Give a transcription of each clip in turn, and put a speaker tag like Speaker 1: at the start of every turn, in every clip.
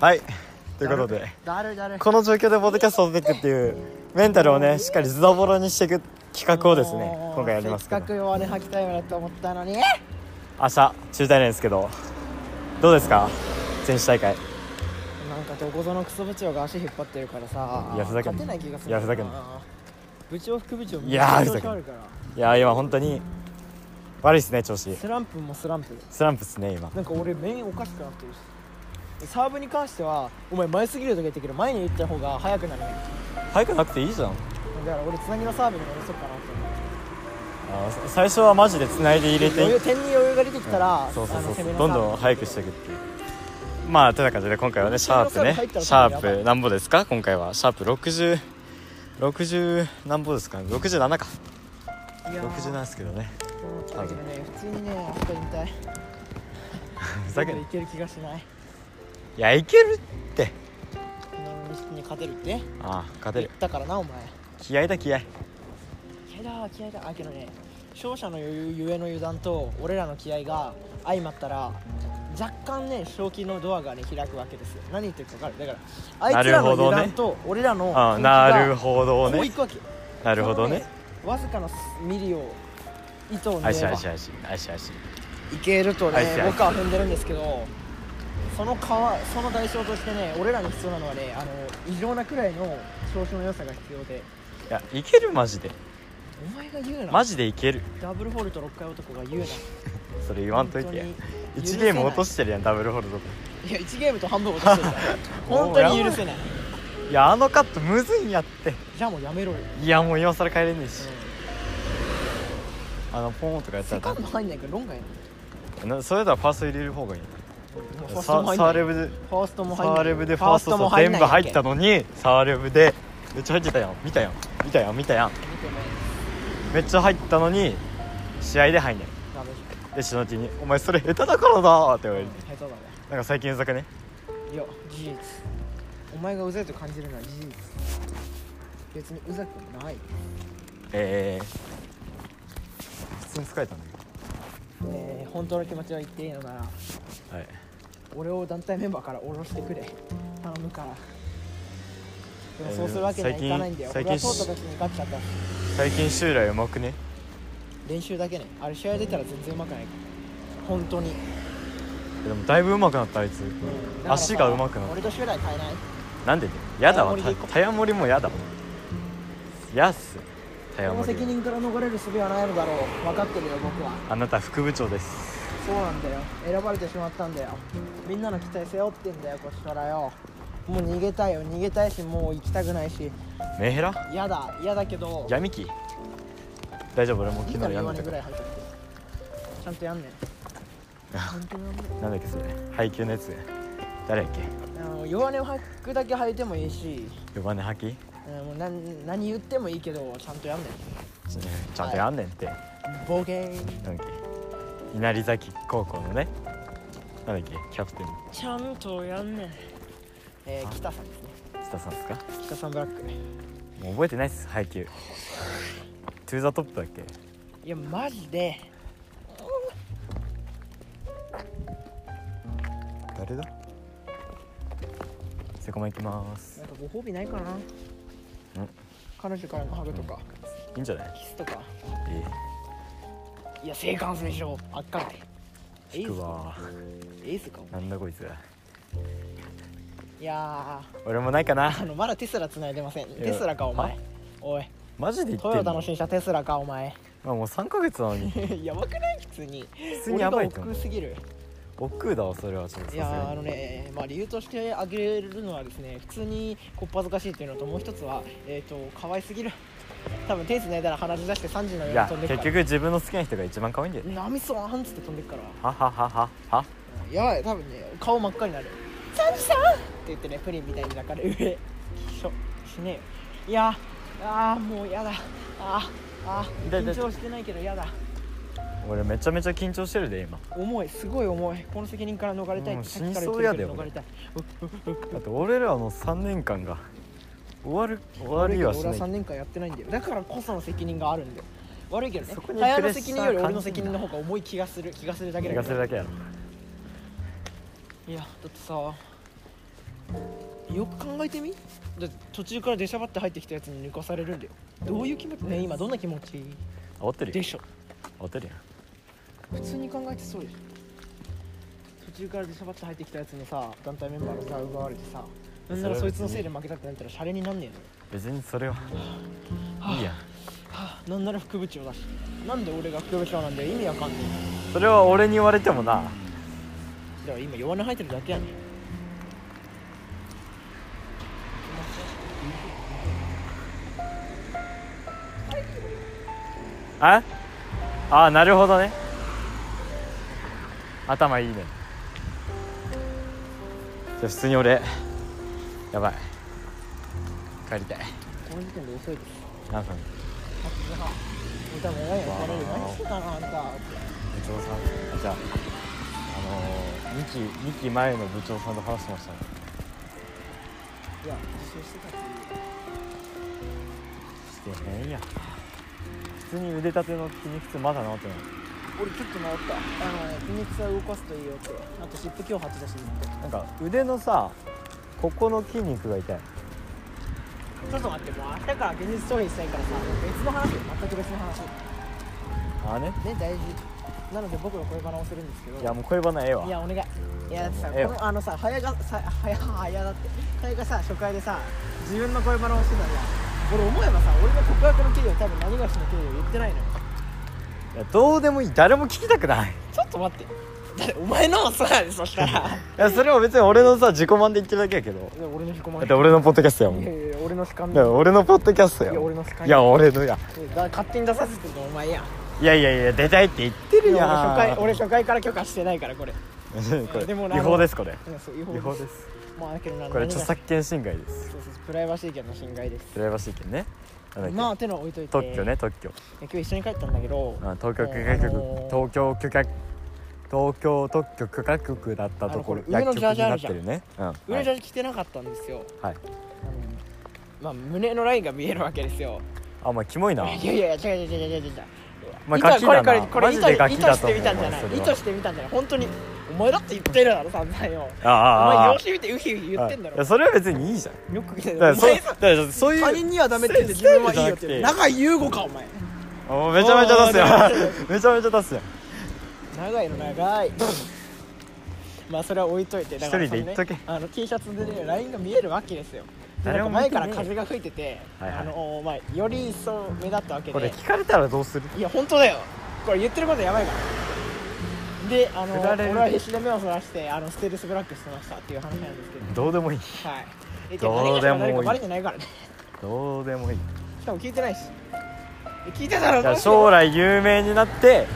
Speaker 1: はいということで
Speaker 2: だるだる
Speaker 1: この状況でボードキャストを撮っていくっていうメンタルをねしっかりズタボロにしていく企画をですね
Speaker 2: もう
Speaker 1: 今回やりますけ
Speaker 2: せっか
Speaker 1: ど
Speaker 2: く弱音吐きたいなと思ったのに
Speaker 1: 明日中退なんですけどどうですか選手大会
Speaker 2: なんかどこぞのクソ部長が足引っ張ってるからさ
Speaker 1: いやふざけん
Speaker 2: 勝
Speaker 1: な
Speaker 2: てない気がする
Speaker 1: いやふざけん
Speaker 2: 部長副部長
Speaker 1: いやー
Speaker 2: めっちゃ調子悪いから
Speaker 1: いや今本当に悪いっすね調子
Speaker 2: スランプもスランプ
Speaker 1: スランプっすね今
Speaker 2: なんか俺面おかしくなってるしサーブに関してはお前前すぎるとか言ってくる前に打った方が速くなるね
Speaker 1: 早くなくていいじゃんあ
Speaker 2: だから俺つなぎのサーブに戻そうかなと思って
Speaker 1: ー最初はマジでつないで入れて
Speaker 2: 余
Speaker 1: い
Speaker 2: 裕点に余裕が出てきたら、
Speaker 1: そうそうそう
Speaker 2: あの攻めの
Speaker 1: どんどん
Speaker 2: サー
Speaker 1: 早
Speaker 2: ブ
Speaker 1: くしていくっていうまあてな感じで今回はねシャープね
Speaker 2: 入ったら
Speaker 1: シャ
Speaker 2: やばい
Speaker 1: ープなんぼですか今回はシャープ6060なんぼですかね67か
Speaker 2: いやー
Speaker 1: 60なんですけどね
Speaker 2: だけどね普通にねあそこにいたい
Speaker 1: ふざけん
Speaker 2: い
Speaker 1: い
Speaker 2: ける気がしない
Speaker 1: やいけるって
Speaker 2: 人に勝てるって
Speaker 1: ああ勝て
Speaker 2: 言っ
Speaker 1: る
Speaker 2: たからなお前
Speaker 1: 気合だ気合
Speaker 2: 気合だ気合だあけどね勝者の余裕ゆえの油断と俺らの気合が相まったら若干ね正気のドアがね開くわけですよ何言ってるか分かるだからあいつらの油断と俺らの
Speaker 1: ああ
Speaker 2: 本気
Speaker 1: なる
Speaker 2: が
Speaker 1: ほど
Speaker 2: こうい
Speaker 1: ね
Speaker 2: くわけ
Speaker 1: なるほどね
Speaker 2: このわずかなミリを糸を
Speaker 1: あ
Speaker 2: ね
Speaker 1: いしあいしあいしあいしあいし
Speaker 2: いけると
Speaker 1: あい
Speaker 2: ね
Speaker 1: しあいし
Speaker 2: 僕は踏んでるんですけどその川その代償としてね俺らに必要なのはねあの異常なくらいの調子の良さが必要で
Speaker 1: いやいけるマジで
Speaker 2: お前が言うな
Speaker 1: マジでいける
Speaker 2: ダブルホールと6回男が言うな
Speaker 1: それ言わんといてや
Speaker 2: 本当に
Speaker 1: 1ゲーム落と
Speaker 2: 許せ
Speaker 1: してるやんダブルホールド
Speaker 2: ないいや1ゲームと半分落としてる から本当に許せない
Speaker 1: いやあのカットむずいんやって
Speaker 2: じゃあもうやめろよ、
Speaker 1: いやもう今更帰れねえしあのポーンとかやった
Speaker 2: セ
Speaker 1: ら
Speaker 2: カンド入んないからロンがやる
Speaker 1: なそれではファースト入れる方がいい
Speaker 2: もうファー
Speaker 1: サ
Speaker 2: ストも入ん
Speaker 1: サ
Speaker 2: な
Speaker 1: ー
Speaker 2: い
Speaker 1: レブで
Speaker 2: ファースト
Speaker 1: サ
Speaker 2: も入んない
Speaker 1: ーレブでファーストと全部入った
Speaker 2: の
Speaker 1: のにサーレブでめっちゃ入ってたやん見たやん見たやん見たやんめっちゃ入ったのに試合で入んね
Speaker 2: ダメじ
Speaker 1: んでしのちに「お前それ下手だからだ」って言わ
Speaker 2: ゃん
Speaker 1: れ
Speaker 2: う
Speaker 1: て
Speaker 2: ん下手だね
Speaker 1: なんか最近うざくね
Speaker 2: いや事実お前がうざいと感じるのは事実別にうざくないね
Speaker 1: えー、普通に疲れたんだけ
Speaker 2: え本当の気持ちを言っていいのなら
Speaker 1: どはい
Speaker 2: 俺を団体メンバーから降ろしてくれ頼むからでもそうするわけにはいかないんだよ
Speaker 1: 最
Speaker 2: 俺
Speaker 1: 近
Speaker 2: はトートたちに勝っちゃった
Speaker 1: 最近襲来うまくね
Speaker 2: 練習だけねあれ試合出たら全然うまくないから本当に
Speaker 1: でもだいぶうまくなったあいつ
Speaker 2: だからさ
Speaker 1: 足がうまくなった
Speaker 2: 俺と将来変えない
Speaker 1: なんでねやだわ
Speaker 2: タヤモリで行こう
Speaker 1: タヤモリもやだわやっすタヤ
Speaker 2: こ
Speaker 1: モ
Speaker 2: の責
Speaker 1: リ
Speaker 2: 任から逃れる術はないのだろう分かってるよ僕は
Speaker 1: あなた副部長です
Speaker 2: そうなんだよ選ばれてしまったんだよみんなの期待背負ってんだよこっちからよもう逃げたいよ逃げたいしもう行きたくないし
Speaker 1: メンヘラ
Speaker 2: 嫌だ嫌だけど
Speaker 1: 闇期大丈夫俺もう
Speaker 2: いい
Speaker 1: 昨
Speaker 2: か
Speaker 1: 日
Speaker 2: ら
Speaker 1: や
Speaker 2: 言
Speaker 1: め
Speaker 2: わ
Speaker 1: た
Speaker 2: ね
Speaker 1: か
Speaker 2: ぐ
Speaker 1: ら
Speaker 2: らい入っちゃってちゃんとやんねんちゃんとやんねん
Speaker 1: なんだっけそれ配給のやつ誰やっけ
Speaker 2: あの弱音を吐くだけ吐いてもいいし、
Speaker 1: 呼ばねはき
Speaker 2: うん、もう何何言ってもいいけどちゃんとやんね
Speaker 1: ちちゃんとやんねんって、
Speaker 2: ん暴言
Speaker 1: なんだっけ稲荷崎高校のねなんだっけキャプテン
Speaker 2: ちゃんとやんねんえー、北さんですね
Speaker 1: 津田さんですか
Speaker 2: 北さんブラック
Speaker 1: もう覚えてないっす配給トゥーザトップだっけ
Speaker 2: いやマジで
Speaker 1: 誰だセコマ行きます
Speaker 2: なんかご褒美ないかな彼女からのハグとか
Speaker 1: いいんじゃない
Speaker 2: キスとか
Speaker 1: いい
Speaker 2: いや性感染症あっかんて
Speaker 1: 引くわ
Speaker 2: エースか
Speaker 1: なんだこいつ
Speaker 2: いや
Speaker 1: 俺もないかな
Speaker 2: ーあのまだテスラ繋いでません
Speaker 1: や
Speaker 2: テスラかお前
Speaker 1: は
Speaker 2: おい
Speaker 1: マジで言ってん
Speaker 2: ト
Speaker 1: の
Speaker 2: ヨタの新車テスラかお前
Speaker 1: まあもう3ヶ月なの に
Speaker 2: やばくない普通に
Speaker 1: 普通にやばいと思う
Speaker 2: 俺が億劫すぎる
Speaker 1: 億劫だわそれはちょっとさ
Speaker 2: い
Speaker 1: す
Speaker 2: やー
Speaker 1: が
Speaker 2: あの
Speaker 1: に
Speaker 2: ね、まあ、理由として挙げるのはですね普通にこっぱずかしいというのともう一つは、えー、と可愛すぎる多分手つないだら鼻血出して3時の
Speaker 1: い
Speaker 2: 夜に
Speaker 1: や
Speaker 2: 飛んでく
Speaker 1: 結
Speaker 2: から
Speaker 1: 局自分の好きな人が一番可愛いんだよ
Speaker 2: ナミソンハンつって飛んでくから
Speaker 1: ははははは
Speaker 2: うんやばい多分ね顔真っ赤になる「サンジさん!」って言ってねプリンみたいに抱かれる上しょしねえよいやあーもうやだあーあー
Speaker 1: だだ
Speaker 2: 緊張してないけどやだ
Speaker 1: 俺めちゃめちゃ緊張してるで今
Speaker 2: 重いすごい重いこの責任から逃れたいっ
Speaker 1: もう
Speaker 2: てさっきから
Speaker 1: 死にそ
Speaker 2: 言っ
Speaker 1: う
Speaker 2: て
Speaker 1: や
Speaker 2: る
Speaker 1: で
Speaker 2: けど
Speaker 1: 俺
Speaker 2: 逃れたいう
Speaker 1: だって俺らの3年間が終わる終わ
Speaker 2: 悪
Speaker 1: り
Speaker 2: いけど
Speaker 1: は
Speaker 2: 俺
Speaker 1: しな
Speaker 2: は3
Speaker 1: い
Speaker 2: 年間やってないんだよだからこその責任があるんだよ悪いけどね
Speaker 1: そこに
Speaker 2: タヤ
Speaker 1: プレッ
Speaker 2: の
Speaker 1: シャー
Speaker 2: 責任より俺の責
Speaker 1: 感じん
Speaker 2: 任
Speaker 1: な
Speaker 2: の方が重い気がする気がするだけ
Speaker 1: 気
Speaker 2: だ
Speaker 1: が
Speaker 2: け
Speaker 1: する
Speaker 2: ど
Speaker 1: だけやろ
Speaker 2: いやだってさよく考えてみだって途中から出しゃばって入ってきたやつに抜かされるんだよどういう気持ちねえ今どんな気持ち
Speaker 1: 煽ってる
Speaker 2: で
Speaker 1: よ
Speaker 2: しょ
Speaker 1: 煽ってるよ
Speaker 2: 普通に考えてそうでしょ途中から出しゃばって入ってきたやつのさ団体メンバーがさ奪われてさなんならそいつのせいで負けたってなったらシャレになんね
Speaker 1: 別にそれは
Speaker 2: えの
Speaker 1: いいや
Speaker 2: はあなんなら副部長だしなんで俺が副部長なんだよ意味わかんね
Speaker 1: それは俺に言われてもな
Speaker 2: えだから今弱音吐いてるだけやねん
Speaker 1: ああなるほどね頭いいねじゃあ普通に俺やばい帰りたい
Speaker 2: この時点で遅いです
Speaker 1: 何分
Speaker 2: 8時半俺多分親に怒られる
Speaker 1: わあ
Speaker 2: 何してたのあんた
Speaker 1: 部長さんじゃああのー、2期二期前の部長さんと話してましたね
Speaker 2: いや自習してたっていう
Speaker 1: してへんやん普通に腕立ての筋肉痛まだ治ってない
Speaker 2: 俺ちょっと治ったあのね筋肉痛を動かすといいよってあと湿布強発だしずっと
Speaker 1: なんか腕のさここの筋肉が痛い
Speaker 2: ちょっと待ってもう明日から現実逃避したいからさ別の話よ全く別の話ね
Speaker 1: ああね
Speaker 2: 大事なので僕の声バナをするんですけど
Speaker 1: いやもう恋バナええわ
Speaker 2: いやお願いいやだってさ
Speaker 1: ええわ
Speaker 2: このあのさ早がさ早早だって早がさ初回でさ自分の声バナをしてたじゃん俺思えばさ俺の告白の経緯を多分何がしの経緯を言ってないのよ
Speaker 1: いやどうでもいい誰も聞きたく ない
Speaker 2: ちょっと待ってだってお前のもそうやでそしたら
Speaker 1: いやそれも別に俺のさ自己満で言ってるだけやけど
Speaker 2: いや俺の引こま
Speaker 1: だって俺のポッドキャストやもん
Speaker 2: い
Speaker 1: だ
Speaker 2: や
Speaker 1: か
Speaker 2: いや俺の主観だ
Speaker 1: ら俺のポッドキャストや
Speaker 2: いや
Speaker 1: もん
Speaker 2: 俺の主観
Speaker 1: いや俺のや
Speaker 2: だ勝手に出させてるのお前やん
Speaker 1: いやいやいや出たいって言ってる
Speaker 2: い
Speaker 1: やん
Speaker 2: や俺 初回俺初回から許可してないからこれ
Speaker 1: これ
Speaker 2: でもな
Speaker 1: 違法ですこれ
Speaker 2: うんそう違
Speaker 1: 違
Speaker 2: 法
Speaker 1: 法
Speaker 2: で
Speaker 1: ですす
Speaker 2: まあだけどな
Speaker 1: これ
Speaker 2: 何が
Speaker 1: 著作権侵害です
Speaker 2: そうそうそうプライバシー権の侵害です
Speaker 1: プライバシー権ねなんだっけ
Speaker 2: まあ手の置いといて
Speaker 1: 特許ね特許
Speaker 2: 今日一緒に帰ったんだけど
Speaker 1: あ東京許可局、
Speaker 2: あのー
Speaker 1: 東京許可東京特許許可局だったところ
Speaker 2: あのこれ上
Speaker 1: 薬
Speaker 2: のジ
Speaker 1: 局
Speaker 2: ャー
Speaker 1: に
Speaker 2: ジあ
Speaker 1: な
Speaker 2: る
Speaker 1: っ
Speaker 2: じ
Speaker 1: て
Speaker 2: ゃん
Speaker 1: るね、うんはい
Speaker 2: 上のジャージ着てなかったんですよ
Speaker 1: はい
Speaker 2: あのまあ胸のラインが見えるわけですよ
Speaker 1: あお前キモいなお
Speaker 2: いやいや違う違う違う違う違う違う
Speaker 1: 前
Speaker 2: 糸
Speaker 1: ガキ
Speaker 2: こ
Speaker 1: だ
Speaker 2: れこれ
Speaker 1: な
Speaker 2: こ
Speaker 1: マ
Speaker 2: れ
Speaker 1: ジ
Speaker 2: 糸
Speaker 1: でガ
Speaker 2: 糸
Speaker 1: キだ
Speaker 2: し
Speaker 1: と
Speaker 2: て
Speaker 1: 思う
Speaker 2: みたんじゃない
Speaker 1: お前それ
Speaker 2: 糸
Speaker 1: は
Speaker 2: してみたんじゃない本当にお前だって言ってるだろ散々よ
Speaker 1: ああ
Speaker 2: お
Speaker 1: あああ
Speaker 2: 前
Speaker 1: あ
Speaker 2: 養子見てウヒウヒ言ってんだ
Speaker 1: いや
Speaker 2: ろ
Speaker 1: それは別にいいじゃん
Speaker 2: よく聞いて
Speaker 1: だから
Speaker 2: るお
Speaker 1: そ
Speaker 2: 前
Speaker 1: だ
Speaker 2: さ
Speaker 1: からそういう
Speaker 2: 他人にはダメって言って自分はいいよって長井優吾かお前
Speaker 1: おめちゃめち ゃ出すよめちゃめちゃ出すよ
Speaker 2: 長いの長い まあそれは置いといてだから
Speaker 1: 一人で言っとけ
Speaker 2: そのねあの T シャツでねラインが見えるわけですよで
Speaker 1: 誰
Speaker 2: なん
Speaker 1: も
Speaker 2: か
Speaker 1: 見てね
Speaker 2: 前
Speaker 1: えよ
Speaker 2: から風が吹いてて、
Speaker 1: はいはい
Speaker 2: あのまあ、より一層目立ったわけ
Speaker 1: これ
Speaker 2: で
Speaker 1: 聞かれたらどうする
Speaker 2: いや本当だよこれ言ってることやばいからであの
Speaker 1: 振られる
Speaker 2: 俺は必死で目をそらしてあのステルスブラックしてましたっていう話なんですけ
Speaker 1: どうでもいい
Speaker 2: どはいえ
Speaker 1: どうでもいい
Speaker 2: 誰かバレてないからね
Speaker 1: どうでもいい
Speaker 2: しかも聞いてないしえ聞いてたら
Speaker 1: じゃあ将
Speaker 2: 来
Speaker 1: 来有名になって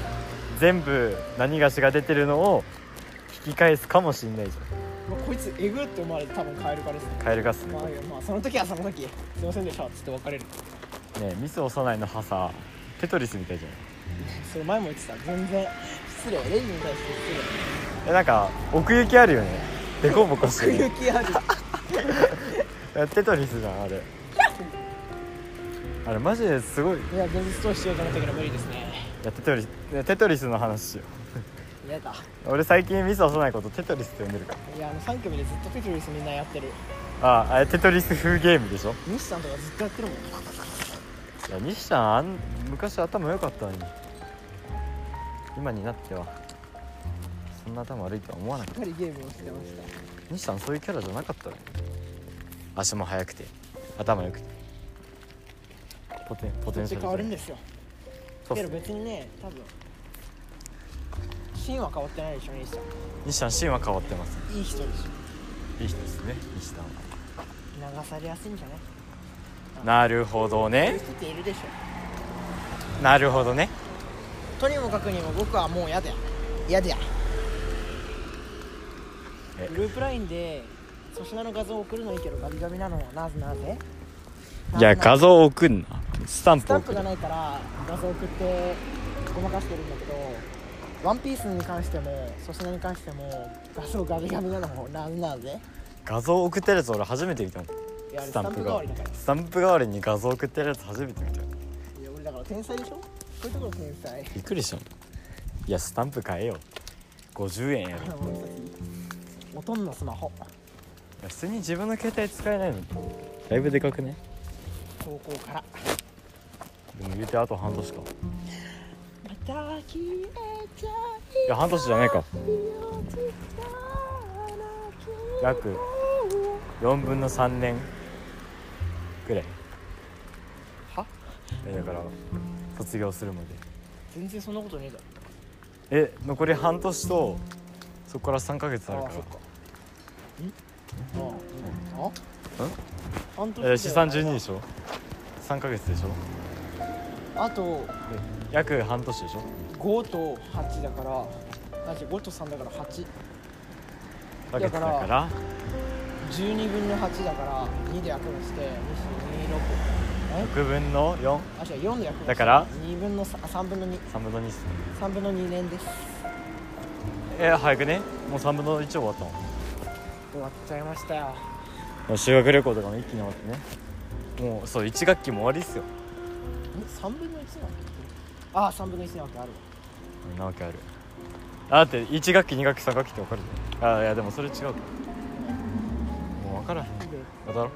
Speaker 1: 全部何がしが出てるのを引き返すかもしんないじゃ
Speaker 2: こいつえぐって思われて多分カエル化ですね
Speaker 1: んカエルガスね
Speaker 2: まあ、まあ、その時はその時すいませんでしたっつって別れる
Speaker 1: ねえミス幼いの歯さテトリスみたいじゃん
Speaker 2: それ前も言ってた全然失礼レジに対して
Speaker 1: えなんか奥行きあるよねデコボコし
Speaker 2: 失礼
Speaker 1: て
Speaker 2: 奥 行きある
Speaker 1: るテトリスじゃんあれあれマジですごいい
Speaker 2: いや現実逃避しようと思ったけど無理ですね
Speaker 1: やテトリスいやテトリスの話しよ
Speaker 2: やだ
Speaker 1: う俺最近ミス幼いことテトリスって呼んでるか
Speaker 2: いやあの3組でずっとテトリスみんなやってる
Speaker 1: らああれテトリス風ゲームでしょ
Speaker 2: 西さんとかずっとやってるもん
Speaker 1: いや西ちゃんあん昔頭良かったのに今になってはそんな頭悪いとは思わなかっ
Speaker 2: しっかりゲームをしてました
Speaker 1: た西ちゃんそういうキャラじゃなかったのに足も速くて頭良くてポテンポテ
Speaker 2: 途
Speaker 1: ン
Speaker 2: 中
Speaker 1: シャル
Speaker 2: 変わるん
Speaker 1: で
Speaker 2: ですよ
Speaker 1: そうっ
Speaker 2: け
Speaker 1: す
Speaker 2: ど
Speaker 1: ね
Speaker 2: 別にね多分芯は変わってないでしょ西さ
Speaker 1: 西ちゃん芯は変わってます
Speaker 2: んいい人でしょ
Speaker 1: いい人ですね西さんは
Speaker 2: 流されやすいんじゃない
Speaker 1: なるほど
Speaker 2: そういう
Speaker 1: ね
Speaker 2: 人っているでしょ
Speaker 1: なるほどね
Speaker 2: とにもかくにも僕はもう嫌だよ嫌だよ
Speaker 1: え
Speaker 2: グループラインで粗品の画像を送るのいいけどガビガビなのはなぜなぜ
Speaker 1: いや画
Speaker 2: 像
Speaker 1: 像送んなスタン
Speaker 2: ス
Speaker 1: プ
Speaker 2: タンプ
Speaker 1: 送る
Speaker 2: がないから画像送ってごまかしてるんだけどワンピースに関しても粗品に関しても画像ガビガビなのもなぜなぜ
Speaker 1: 画像送ってるやつ俺初めて見たもん
Speaker 2: いやあれ
Speaker 1: ス
Speaker 2: ス
Speaker 1: タ
Speaker 2: タ
Speaker 1: ン
Speaker 2: ン
Speaker 1: プ
Speaker 2: プ
Speaker 1: 代
Speaker 2: 代
Speaker 1: わ
Speaker 2: わ
Speaker 1: り
Speaker 2: りだから
Speaker 1: スタンプ代わりに画像送ってるやつ初めて見た
Speaker 2: いや俺だから天才でしょこういうところ天才
Speaker 1: びっくりしたもんいやスタンプ買えよ50円や
Speaker 2: あ
Speaker 1: ろ
Speaker 2: の俺たちおとんのスマホ
Speaker 1: 普通に自分の携帯使えないのだいぶでかくね
Speaker 2: 高校から
Speaker 1: でも言うてあと半年か
Speaker 2: また消えちゃ
Speaker 1: いや半年じゃないか
Speaker 2: いよ力なき
Speaker 1: 約4分の3年ぐらい
Speaker 2: は
Speaker 1: えだから卒業するまで
Speaker 2: 全然そんなことねえだ
Speaker 1: え残り半年とそこから3ヶ月ある
Speaker 2: ろ
Speaker 1: か
Speaker 2: ああそっ
Speaker 1: ら
Speaker 2: かんあ
Speaker 1: ん
Speaker 2: あ半年だ
Speaker 1: え
Speaker 2: よ
Speaker 1: 資産12でしょ3ヶ月でしょ
Speaker 2: あと
Speaker 1: 約半年でしょ
Speaker 2: 5と8だからなんか5と3だから8
Speaker 1: 1ヶ月だから
Speaker 2: 12分の8だから2で約分して2 2 6
Speaker 1: 6分の43
Speaker 2: あ違う4で約分して
Speaker 1: だから
Speaker 2: 2分の3あ3分の
Speaker 1: 分の2っすね
Speaker 2: 23分の2年です
Speaker 1: え早くねもう3分の1終わったもん
Speaker 2: 終わっちゃいましたよ
Speaker 1: もう修学旅行とかも一気に終わってねもうそう1学期も終わりっすよ
Speaker 2: 3分の1なわけああ3分の1なわけあるわ
Speaker 1: んなわけあるあだって1学期2学期3学期って分かるじゃんあいやでもそれ違うかもう分からへん
Speaker 2: で
Speaker 1: だろ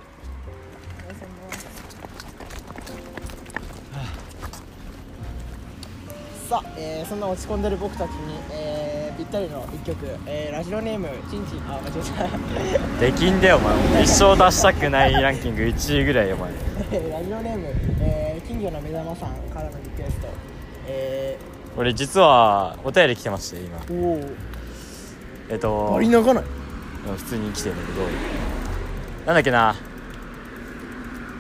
Speaker 2: さあ、えーそんな落ち込んでる僕たちに、えーぴったりの1曲、えーラジオネームちんちんあ間違えた
Speaker 1: できんだよお前一生出したくないランキング1位ぐらいよお前
Speaker 2: ラジオネーム、えー金魚の目玉さんからのリクエスト、え
Speaker 1: 俺実はお便り来てまして今
Speaker 2: ー、おお
Speaker 1: えっと
Speaker 2: 割り泣かない
Speaker 1: 普通に来てんだけどなんだっけな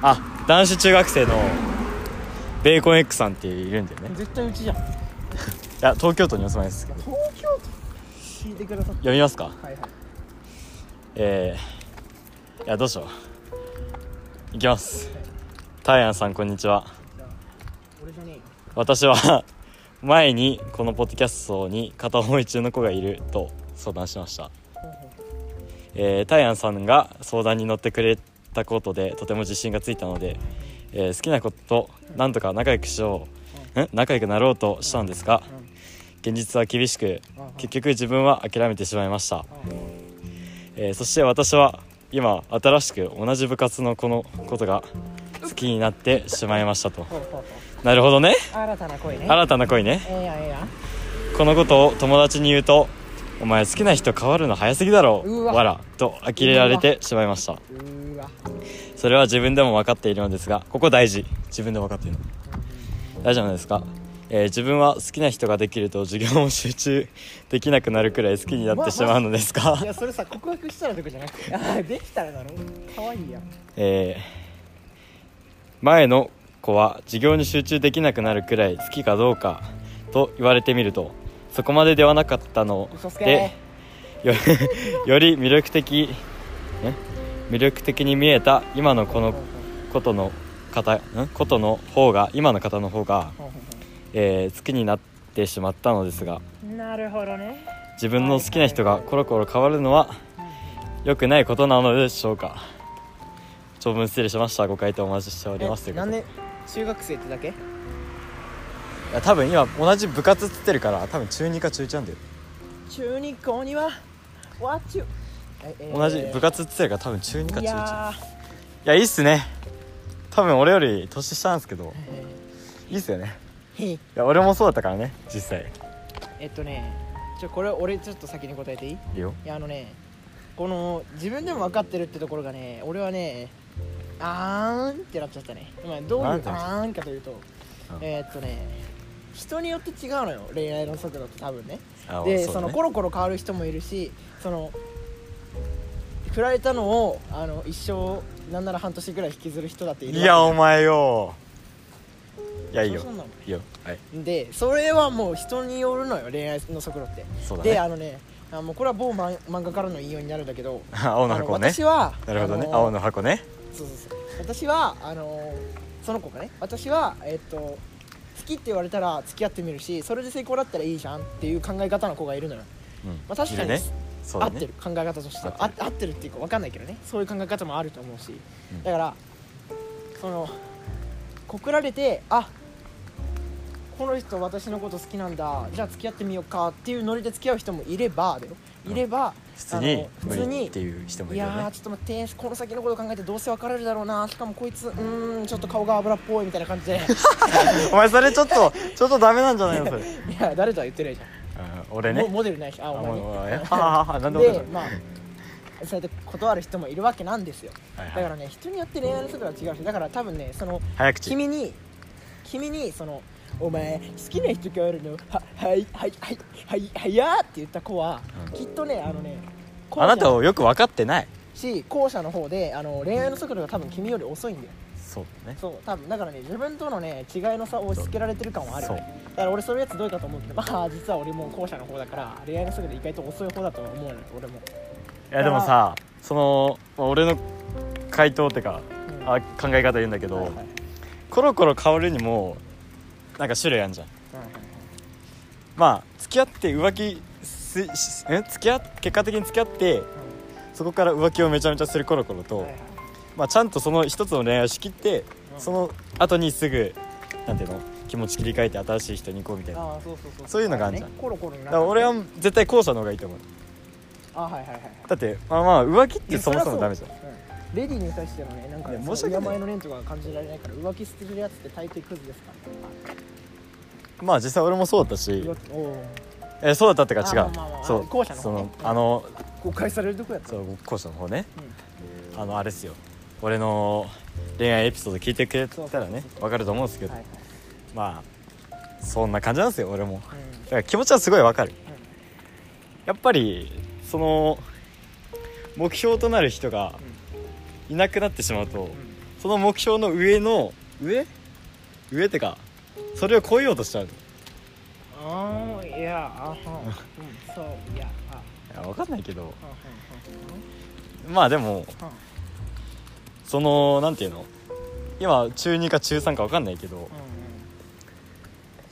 Speaker 1: あ男子中学生のベーコン X さんっているんだよね
Speaker 2: 絶対うちじゃん
Speaker 1: いや東京都にお住まいですけど
Speaker 2: 東京都聞いてくださって
Speaker 1: 読みますか
Speaker 2: はいはい
Speaker 1: えー、いやどうしよういきますタイアンさんこんにちは
Speaker 2: じゃあ俺じゃねえよ
Speaker 1: 私は 前にこのポッドキャストに片思い中の子がいると相談しました、
Speaker 2: ほうほう
Speaker 1: えータイアンさんが相談に乗ってくれたことでとても自信がついたので、えー好きな子となんとか仲良くしよう、ん、仲良くなろうとしたんですが現実は厳しく
Speaker 2: うんうん
Speaker 1: 結局自分は諦めてしまいました、
Speaker 2: うん
Speaker 1: えーそして私は今新しく同じ部活の子のことが好きになってしまいましたと
Speaker 2: ほうほうほう
Speaker 1: なるほどね
Speaker 2: 新たな恋ね
Speaker 1: 新たな恋ね
Speaker 2: ええやんええやん
Speaker 1: このことを友達に言うと「お前好きな人変わるの早すぎだろ
Speaker 2: うわ
Speaker 1: わら」と呆れられてしまいました
Speaker 2: うーわ
Speaker 1: それは自分でも分かっているのですがここ大事自分で分かっているの大丈夫なんですか、えー自分は好きな人ができると授業も集中できなくなるくらい好きになってしまうのですか
Speaker 2: いやそれさ告白したらとかじゃなくてあーできたらだろ可愛いやん
Speaker 1: えー前の子は授業に集中できなくなるくらい好きかどうかと言われてみるとそこまでではなかったの
Speaker 2: 嘘つけ
Speaker 1: でよより 魅力的え魅力的に見えた今のこのことの方んことの方が今の方の方が、
Speaker 2: ほうほ
Speaker 1: えー好きになってしまったのですが
Speaker 2: うほうなるほどね
Speaker 1: 自分の好きな人がコロコロ変わるのは良くないことなのでしょうか長文失礼しましたご回答お待ちしておりますと
Speaker 2: え
Speaker 1: いうこ
Speaker 2: な
Speaker 1: とで
Speaker 2: んで中学生ってだけ
Speaker 1: いや多分今同じ部活っつってるから多分中2か中1なんだよ、
Speaker 2: 中二高にはわっちゅうええー
Speaker 1: 同じ部活っつってるから多分中2か中1
Speaker 2: い
Speaker 1: いや
Speaker 2: や
Speaker 1: いいっすね多分俺より年下なんですけど
Speaker 2: ーえ
Speaker 1: いいっすよね
Speaker 2: ーへい
Speaker 1: いや俺もそうだったからね実際
Speaker 2: えっとねちょこれ俺ちょっと先に答えていい
Speaker 1: いいよ
Speaker 2: いやあのねこの自分でも分かってるってところがね俺はねあーんってなっちゃったねまあどういうあ
Speaker 1: なんてなっちゃっ
Speaker 2: ーんかというと、
Speaker 1: うん
Speaker 2: えーっとね人によって違うのよ恋愛の速度って多分ね
Speaker 1: あ
Speaker 2: で
Speaker 1: そ
Speaker 2: そ,、
Speaker 1: うだね
Speaker 2: のコロコロ変わる人もいるしその振られたのをあの一生なんなら半年ぐらい引きずる人だっている
Speaker 1: いやお前よいやいいよ
Speaker 2: そうなの
Speaker 1: いいよはい
Speaker 2: でそれはもう人によるのよ恋愛の速度って、
Speaker 1: そうだ
Speaker 2: で
Speaker 1: ね
Speaker 2: あのねあもうこれは某漫漫画からの引用になるんだけど
Speaker 1: 青の箱
Speaker 2: あの
Speaker 1: ね
Speaker 2: 私は
Speaker 1: なるほどね
Speaker 2: あの
Speaker 1: 青の箱ね
Speaker 2: そうそうそう私はあのーその子がね私はえっと好きって言われたら付き合ってみるしそれで成功だったらいいじゃんっていう考え方の子がいるのよ、
Speaker 1: うん
Speaker 2: まあ、確
Speaker 1: い
Speaker 2: かに、
Speaker 1: るねそう
Speaker 2: 合
Speaker 1: だ
Speaker 2: って
Speaker 1: ね
Speaker 2: る考え方としては
Speaker 1: 合
Speaker 2: 合
Speaker 1: っ
Speaker 2: って合ってるっていうか分かんないけどねそういう考え方もあると思うし、
Speaker 1: うん
Speaker 2: だからその告られてあこの人私のこと好きなんだじゃあ付き合ってみようかっていうノリで付き合う人もいればだよいれば、
Speaker 1: 普通に
Speaker 2: あの
Speaker 1: 無理っていう人もい
Speaker 2: い
Speaker 1: る
Speaker 2: や
Speaker 1: よ
Speaker 2: ー
Speaker 1: ね
Speaker 2: ちょっと待ってこの先のことを考えてどうせ別れるだろうなしかもこいつうーんちょっと顔が油っぽいみたいな感 じで
Speaker 1: お前それちょっとちょっとダメなんじゃないの それ
Speaker 2: いや誰とは言ってないじゃ
Speaker 1: あ俺
Speaker 2: ん、
Speaker 1: ね
Speaker 2: もモデルないしあ
Speaker 1: あ
Speaker 2: お
Speaker 1: も
Speaker 2: 前
Speaker 1: う
Speaker 2: ね
Speaker 1: もうえはあはあなんでもない
Speaker 2: でまあそうやって断る人もいるわけなんですよ
Speaker 1: はい
Speaker 2: だ
Speaker 1: はい
Speaker 2: からね人によって恋愛の速度は違うしだから多分ねその
Speaker 1: 早口
Speaker 2: 君に君にそのお前好きな人変わるのははいはいはいはいはいやーって言った子は、
Speaker 1: うん
Speaker 2: きっとねあのね後
Speaker 1: あ
Speaker 2: 者
Speaker 1: なたをよく分かってない
Speaker 2: し後者の方であの恋愛の速度が多分君より遅いんだよ
Speaker 1: そうだね
Speaker 2: そう多分だからね自分とのね違いの差を押し付けられてる感はあるよねだから俺そういうやつどういうかと思うけどま あ実は俺も後者の方だから恋愛の速度意外と遅い方だとは思うのよ俺も、
Speaker 1: いやでもさその、まあ俺の回答ってか
Speaker 2: うん
Speaker 1: あ考え方言うんだけど、
Speaker 2: はいはい
Speaker 1: コロコロ変わるにもなんか種類あるじゃん
Speaker 2: はいはい
Speaker 1: まあ付き合って浮気すしん付き合っ結果的に付き合ってそこから浮気をめちゃめちゃするコロコロと、
Speaker 2: うんはいはい
Speaker 1: まあ、ちゃんとその一つの恋愛を仕切って、
Speaker 2: うん
Speaker 1: その後にすぐなんていうの気持ち切り替えて新しい人に行こうみたいなだか
Speaker 2: ああそうそうそう
Speaker 1: そういうのがあんじゃん
Speaker 2: ねコロコロにな
Speaker 1: ら俺は絶対後者の方がいいと思う
Speaker 2: あはいはいはいはい
Speaker 1: だってまあまあ浮気っ
Speaker 2: い
Speaker 1: て
Speaker 2: や
Speaker 1: そもそもダメじゃん
Speaker 2: そりゃそううんレディーに対してのねなんかね
Speaker 1: ね申
Speaker 2: 申し
Speaker 1: し
Speaker 2: 訳
Speaker 1: 訳
Speaker 2: な
Speaker 1: ないい
Speaker 2: 名前の連とか感じられないから浮気してるやつって大抵クズですから
Speaker 1: まあ実際俺もそうだったし
Speaker 2: 浮気おお
Speaker 1: えそうだったってか
Speaker 2: あ
Speaker 1: 違う
Speaker 2: まあまあまあ
Speaker 1: そう
Speaker 2: 後者の方
Speaker 1: そ
Speaker 2: ね
Speaker 1: のあの
Speaker 2: 誤解されるとこやった
Speaker 1: そう後者の方ね
Speaker 2: うん
Speaker 1: あのあれっすよ俺の恋愛エピソード聞いてくれたら
Speaker 2: そうそう
Speaker 1: ね
Speaker 2: そうそう
Speaker 1: わかると思うんですけど、
Speaker 2: はい
Speaker 1: まあそんな感じなんですよ俺も
Speaker 2: はいうん
Speaker 1: だから気持ちはすごいわかる
Speaker 2: うん
Speaker 1: やっぱりその目標となる人がいなくなってしまうとその目標の上の上上ってかそれを超えようとしちゃうい
Speaker 2: あーいやあはんうんそういやあは
Speaker 1: やわかんないけど
Speaker 2: んはん
Speaker 1: まあでも
Speaker 2: はんはん
Speaker 1: そのなんていうの今中2か中3かわかんないけど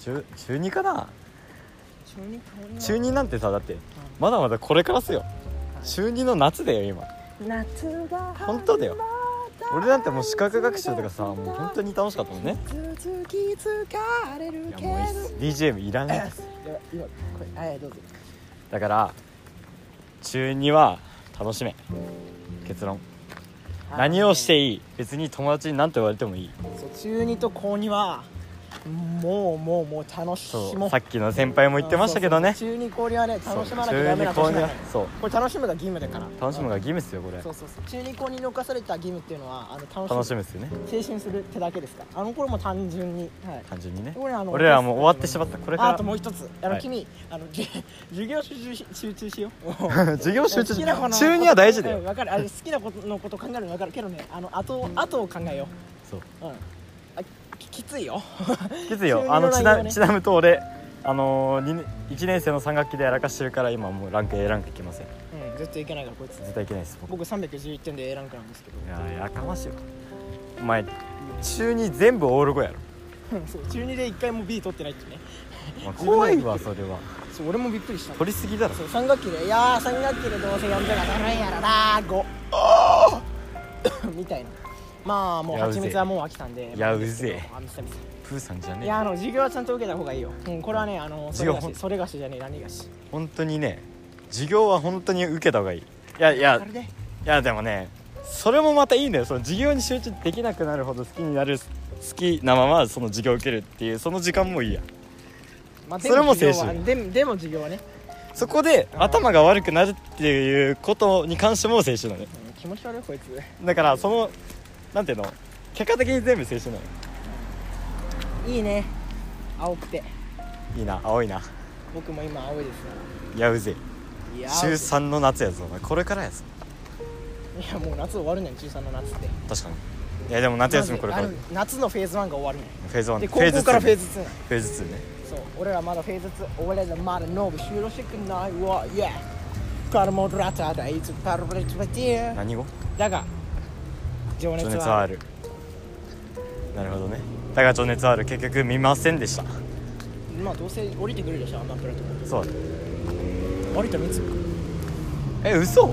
Speaker 2: う
Speaker 1: 中中2かなん
Speaker 2: うん中二か俺は
Speaker 1: 中2なんてさだって
Speaker 2: うん
Speaker 1: まだまだこれからっすよ
Speaker 2: はい
Speaker 1: 中2の夏だよ今
Speaker 2: 夏が
Speaker 1: 本当だよ俺なんてもう視覚学習とかさも
Speaker 2: 夏
Speaker 1: う
Speaker 2: が
Speaker 1: 本当に楽しかったもんね
Speaker 2: 続き疲れる
Speaker 1: いや
Speaker 2: け
Speaker 1: もういいっ
Speaker 2: ど
Speaker 1: す BGM いらないです
Speaker 2: やばい今これはいどうぞ
Speaker 1: だから中2は楽しめ結論何をしていい別に友達に何と言われてもいい
Speaker 2: そう中二と高二はもうもうもう楽し
Speaker 1: そ
Speaker 2: も
Speaker 1: うさっきの先輩も言ってましたけどね
Speaker 2: そうそう中二高二はね
Speaker 1: そう
Speaker 2: 楽しまなきゃダ
Speaker 1: 中
Speaker 2: メな
Speaker 1: 二
Speaker 2: 年な
Speaker 1: 高
Speaker 2: の
Speaker 1: 二
Speaker 2: よ
Speaker 1: はそう
Speaker 2: これ楽しむが義務だから
Speaker 1: 楽しむのが
Speaker 2: うん
Speaker 1: 義務っすよこれ
Speaker 2: そうそうそう中二高二に侵された義務っていうのはあの
Speaker 1: 楽
Speaker 2: 楽
Speaker 1: し
Speaker 2: し
Speaker 1: む
Speaker 2: む
Speaker 1: っすよね
Speaker 2: 青春する手だけですからあの頃も単純にはい
Speaker 1: 単純にね
Speaker 2: 俺らあの
Speaker 1: 俺らはもう終わってしまったこれ
Speaker 2: ああ
Speaker 1: か
Speaker 2: ともう一つあの
Speaker 1: はい
Speaker 2: 君あのじゅ授業集中し集中しよう
Speaker 1: ら授業集中
Speaker 2: 好きな子の
Speaker 1: 中2は大事だ
Speaker 2: うん
Speaker 1: よ
Speaker 2: わかるあれ好きなことのこと考えるの分かるけどねあの後後を考えよ
Speaker 1: そう
Speaker 2: ううんあききついよ
Speaker 1: きついよ
Speaker 2: 中
Speaker 1: あ
Speaker 2: 二の
Speaker 1: の
Speaker 2: 内
Speaker 1: ち
Speaker 2: 容
Speaker 1: な
Speaker 2: ね
Speaker 1: ちなむと俺あのー、1年生の3学期でやらかしてるから今もうランク A ランクいきません
Speaker 2: うん絶対いけないからこいつ
Speaker 1: 絶対いけないです僕
Speaker 2: 僕311点で A ランクなんですけど
Speaker 1: いやーやかましいわお前中2全部オール5やろ
Speaker 2: うんそう中2で1回も B 取ってないってね
Speaker 1: まあ
Speaker 2: 自分
Speaker 1: 怖
Speaker 2: で
Speaker 1: い
Speaker 2: も
Speaker 1: わそれは
Speaker 2: そう俺もびっくりした
Speaker 1: 取りすぎだろ
Speaker 2: そう3学期でいやー3学期でどうせやんだがダメやらなー5みたいなまあもう
Speaker 1: いやうぜ
Speaker 2: 蜂蜜はもう飽きたんで
Speaker 1: いやうぜ
Speaker 2: あ見せ見せ
Speaker 1: プーさんじゃね
Speaker 2: い
Speaker 1: え
Speaker 2: やあ
Speaker 1: よ
Speaker 2: の授業はちゃんと受けた方がいいよ、うん、これはねあのそれ
Speaker 1: 授業
Speaker 2: がしそれがしじゃねえ何がし
Speaker 1: 本当にね授業は本当に受けた方がいいいやいや
Speaker 2: あれで
Speaker 1: いやでもねそれもまたいいんだよその授業に集中できなくなるほど好きになる好きなままその授業を受けるっていうその時間もいいや
Speaker 2: まあ、
Speaker 1: それも
Speaker 2: で
Speaker 1: 青
Speaker 2: 授業は
Speaker 1: 春
Speaker 2: でもでも授業はね、
Speaker 1: そこで
Speaker 2: あー
Speaker 1: 頭が悪くなるっていうことに関しても青春なのよ
Speaker 2: うん気持ち悪いこいつ
Speaker 1: だからそのなんていうの結果的に全部青春なのよ
Speaker 2: いいね青くて
Speaker 1: いいな青いな
Speaker 2: 僕も今青いですか
Speaker 1: いやうぜ
Speaker 2: らいや
Speaker 1: 週
Speaker 2: ー
Speaker 1: 3の夏やぞお前これからやぞ
Speaker 2: いやもう夏終わるねん中3の夏って
Speaker 1: 確かにいやでも夏休みこれから
Speaker 2: まずあの夏のフェーズ1が終わるねん
Speaker 1: フェーズ1
Speaker 2: で
Speaker 1: フ
Speaker 2: 高
Speaker 1: ェーズ
Speaker 2: 校からフェー
Speaker 1: 2
Speaker 2: ズ2
Speaker 1: フェーズ2ね
Speaker 2: そう俺らまだフェーズ2俺らまだノブ収録してくんないわイエーカルモラタだいつパルブレチバティー
Speaker 1: 何語
Speaker 2: だが情熱
Speaker 1: 情熱
Speaker 2: は
Speaker 1: は
Speaker 2: あ
Speaker 1: あ
Speaker 2: る
Speaker 1: るなるほどねだが情熱はある結局見ませんでした
Speaker 2: まあどうせ降りてくるでしょアマプラとか
Speaker 1: そう
Speaker 2: 降りた三つ
Speaker 1: え嘘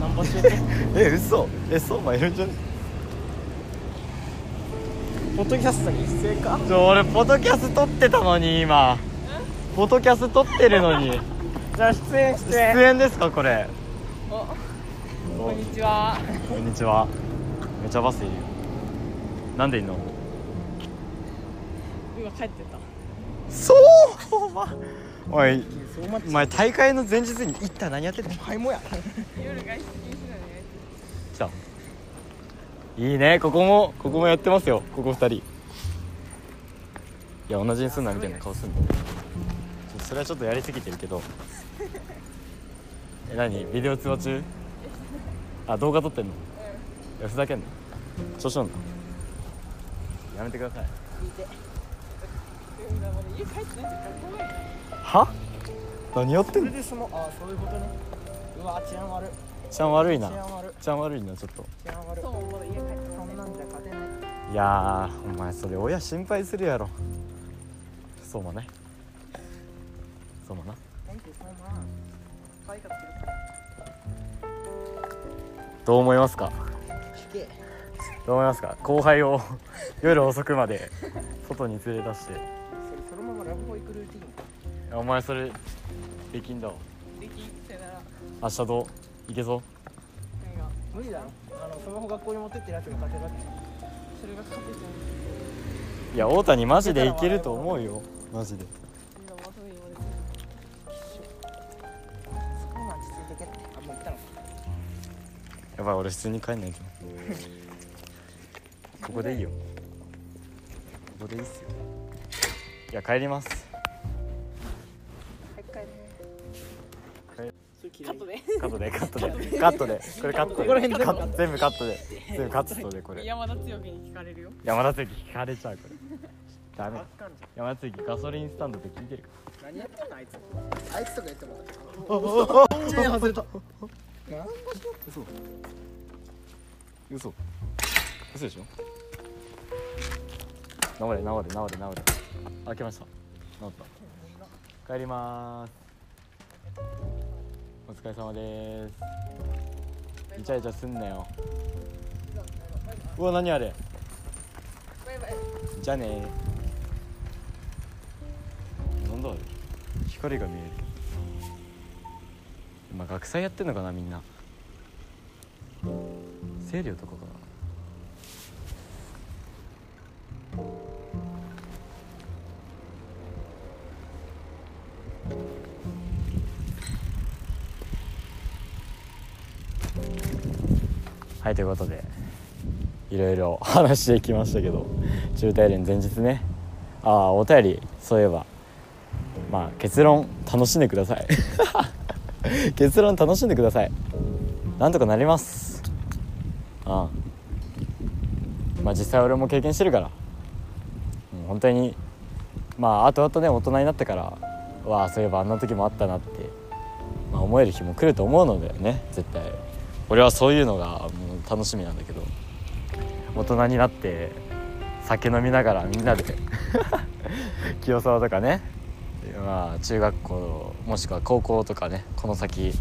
Speaker 2: ナンパしようぜ
Speaker 1: え嘘えそうまいるんじゃね
Speaker 2: ポッドキャストに一斉か
Speaker 1: ちょ俺ポトキャス撮ってたのに今ポトキャス撮ってるのに
Speaker 2: じゃあ出演出
Speaker 1: 出
Speaker 2: 演
Speaker 1: 演ですかこれ
Speaker 3: おこんにちは
Speaker 1: こんにちはめちゃバスいるよなんでいんの
Speaker 3: 今帰ってた
Speaker 1: そうお前おい
Speaker 2: そうまっ
Speaker 1: お前大会の前日に一体何やってんの
Speaker 2: はいもや
Speaker 3: 夜外出禁止なのね
Speaker 1: 来たいいねここもここもやってますよここ二人いや同じにすんなみたいな顔すんのちょっとそれはちょっとやりすぎてるけどえ何ビデオ通話中あ動画撮ってんのえふざけんな調子乗んなやめてください
Speaker 3: 今まで家帰ってないんだからごめん
Speaker 1: は何やって
Speaker 2: そ
Speaker 1: ん
Speaker 2: れ
Speaker 1: の
Speaker 2: でそのあそういうことねうわ治安悪い
Speaker 1: ちゃん悪いな
Speaker 2: 治安悪い
Speaker 1: ちゃん悪いなちょっと
Speaker 2: 治安悪い
Speaker 3: そうまだ家帰ってない
Speaker 2: そんなんじゃ勝てない
Speaker 1: いやーお前それ親心配するやろそうもねそうもな
Speaker 2: なんてそんな可愛かったけ
Speaker 1: どう思いますか
Speaker 2: ど聞け
Speaker 1: どう思いますか後輩を 夜遅くまで 外に連れ出して
Speaker 2: それそのままラブホ行くルーティーン
Speaker 1: お前それできんだわ
Speaker 3: できんせなら
Speaker 1: 明日どういけそう
Speaker 3: 何が
Speaker 2: 無理だろあのスマホ学校に持ってってるやつが勝てるわけ
Speaker 3: それが勝てちゃう
Speaker 1: いや大谷マジでいけると思うよマジで
Speaker 3: みんなまとめに言われて
Speaker 2: そこまで続いてけってあもう行ったの
Speaker 1: やばい俺普通に帰んないとここでいいよここでいいっすよいや帰ります
Speaker 3: 早く帰れ
Speaker 2: それ
Speaker 3: カ
Speaker 2: 嫌い
Speaker 3: ットで
Speaker 1: カットでカットでカットでこれカット
Speaker 2: ここら
Speaker 1: で
Speaker 2: 辺
Speaker 1: カ
Speaker 2: だろ
Speaker 1: ット全部カットで全部カットでこれ
Speaker 3: 山田強気に聞かれるよ
Speaker 1: 山田関聞かれちゃうこれダメ
Speaker 2: あかんじ
Speaker 1: 山田関ガソリンスタンドって聞いてるか
Speaker 2: ゃん何やってんのあいつあいつとか言ってもらったああ外れたなんだ
Speaker 1: 嘘嘘嘘でしょ治れ治れ治れ治れ開けました治った帰りまーすお疲れ様でーすイチャイチャすんなようわ何あれ
Speaker 3: バイバイ
Speaker 1: じゃあねーなんだあれ光が見える今学祭やってんのかなみんな清涼とかかなはいということでいろいろ話してきましたけど中大連前日ねああお便りそういえばまあ結論楽しんでください 結論楽しんでくださいなんとかなりますああまあ実際俺も経験してるからうん本当にまあ後々ね大人になってからわあそういえばあんな時もあったなって、まあ、思える日も来ると思うのでね絶対俺はそういうのがもう楽しみなんだけど大人になって酒飲みながらみんなで 清沢とかね、まあ、中学校もしくは高校とかねこの先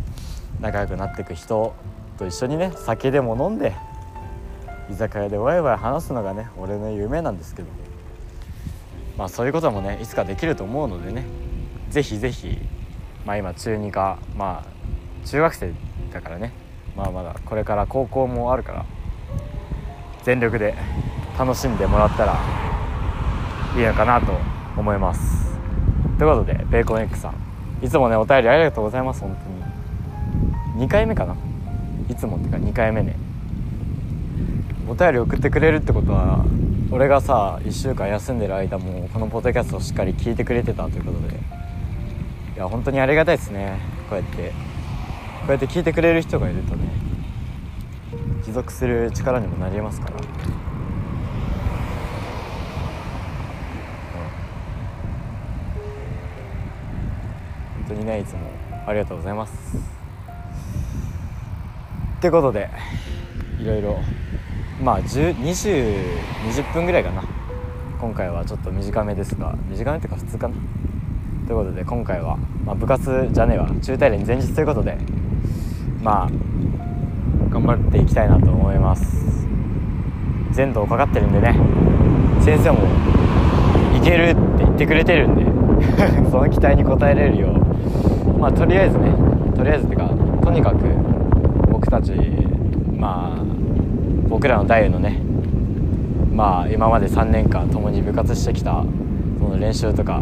Speaker 1: 仲良くなっていく人と一緒にね酒でも飲んで居酒屋でワイワイ話すのがね俺の夢なんですけどまあそういうこともねいつかできると思うのでねぜひぜひまあ今中2かまあ中学生だからねまあまだこれから高校もあるから全力で楽しんでもらったらいいのかなと思いますということでベーコンエッグさんいつもねお便りありがとうございます本当に2回目かないつもっていうか2回目ねお便り送ってくれるってことは俺がさ1週間休んでる間もこのポッドキャストをしっかり聞いてくれてたということでいや本当にありがたいですねこうやってこうやって聞いてくれる人がいるとね持続する力にもなりますから、うん本当にねいつもありがとうございますってことでいろいろまあ10 20, 20分ぐらいかな今回はちょっと短めですが短めっていうか普通かなということで今回は、まあ、部活じゃねえわ中大連前日ということでまあ頑張っていきたいなと思います全道かかってるんでね先生も 「いける!」って言ってくれてるんでその期待に応えれるようまあとりあえずねとりあえずってかとにかく僕たちまあ僕らの代のねまあ今まで3年間共に部活してきたその練習とか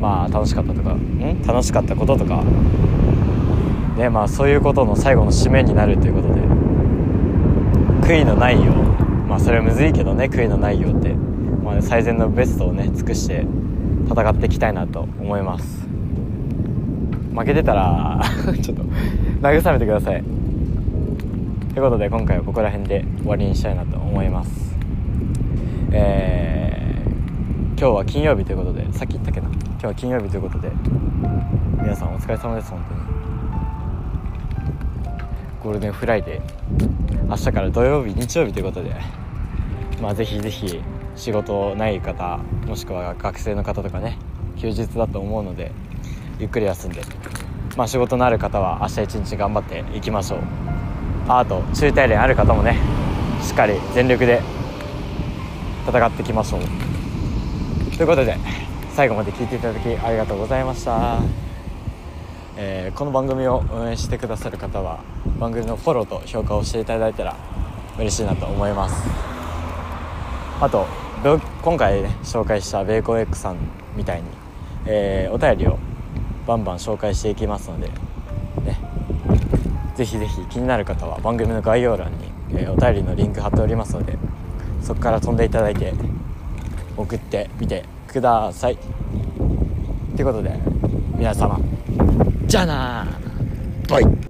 Speaker 1: まあ楽しかったとかん楽しかったこととかねまあそういうことの最後の締めになるということで悔いのないようまあそれはむずいけどね悔いのないようって、まあ、最善のベストをね尽くして戦っていきたいなと思います負けてたら ちょっと慰めてくださいということで今回はここら辺で終わりにしたいなと思いますえー今日は金曜日ということでさっき言ったっけど今日は金曜日ということで皆さんお疲れ様です本当にゴールデンフライデー明日から土曜日日曜日ということでまあぜひぜひ仕事ない方もしくは学生の方とかね休日だと思うのでゆっくり休んでまあ仕事のある方は明日一日頑張っていきましょうああと中体連ある方もねしっかり全力で戦っていきましょうということで最後まで聞いていただきありがとうございました、えーこの番組を運営してくださる方は番組のフォローと評価をしていただいたら嬉しいなと思いますあとべ今回、ね、紹介したベーコン X さんみたいに、えーお便りをバンバン紹介していきますので、ね、ぜひぜひ気になる方は番組の概要欄に、えーお便りのリンク貼っておりますのでそこから飛んでいただいて送ってみてくださいということで皆様じゃあなバイ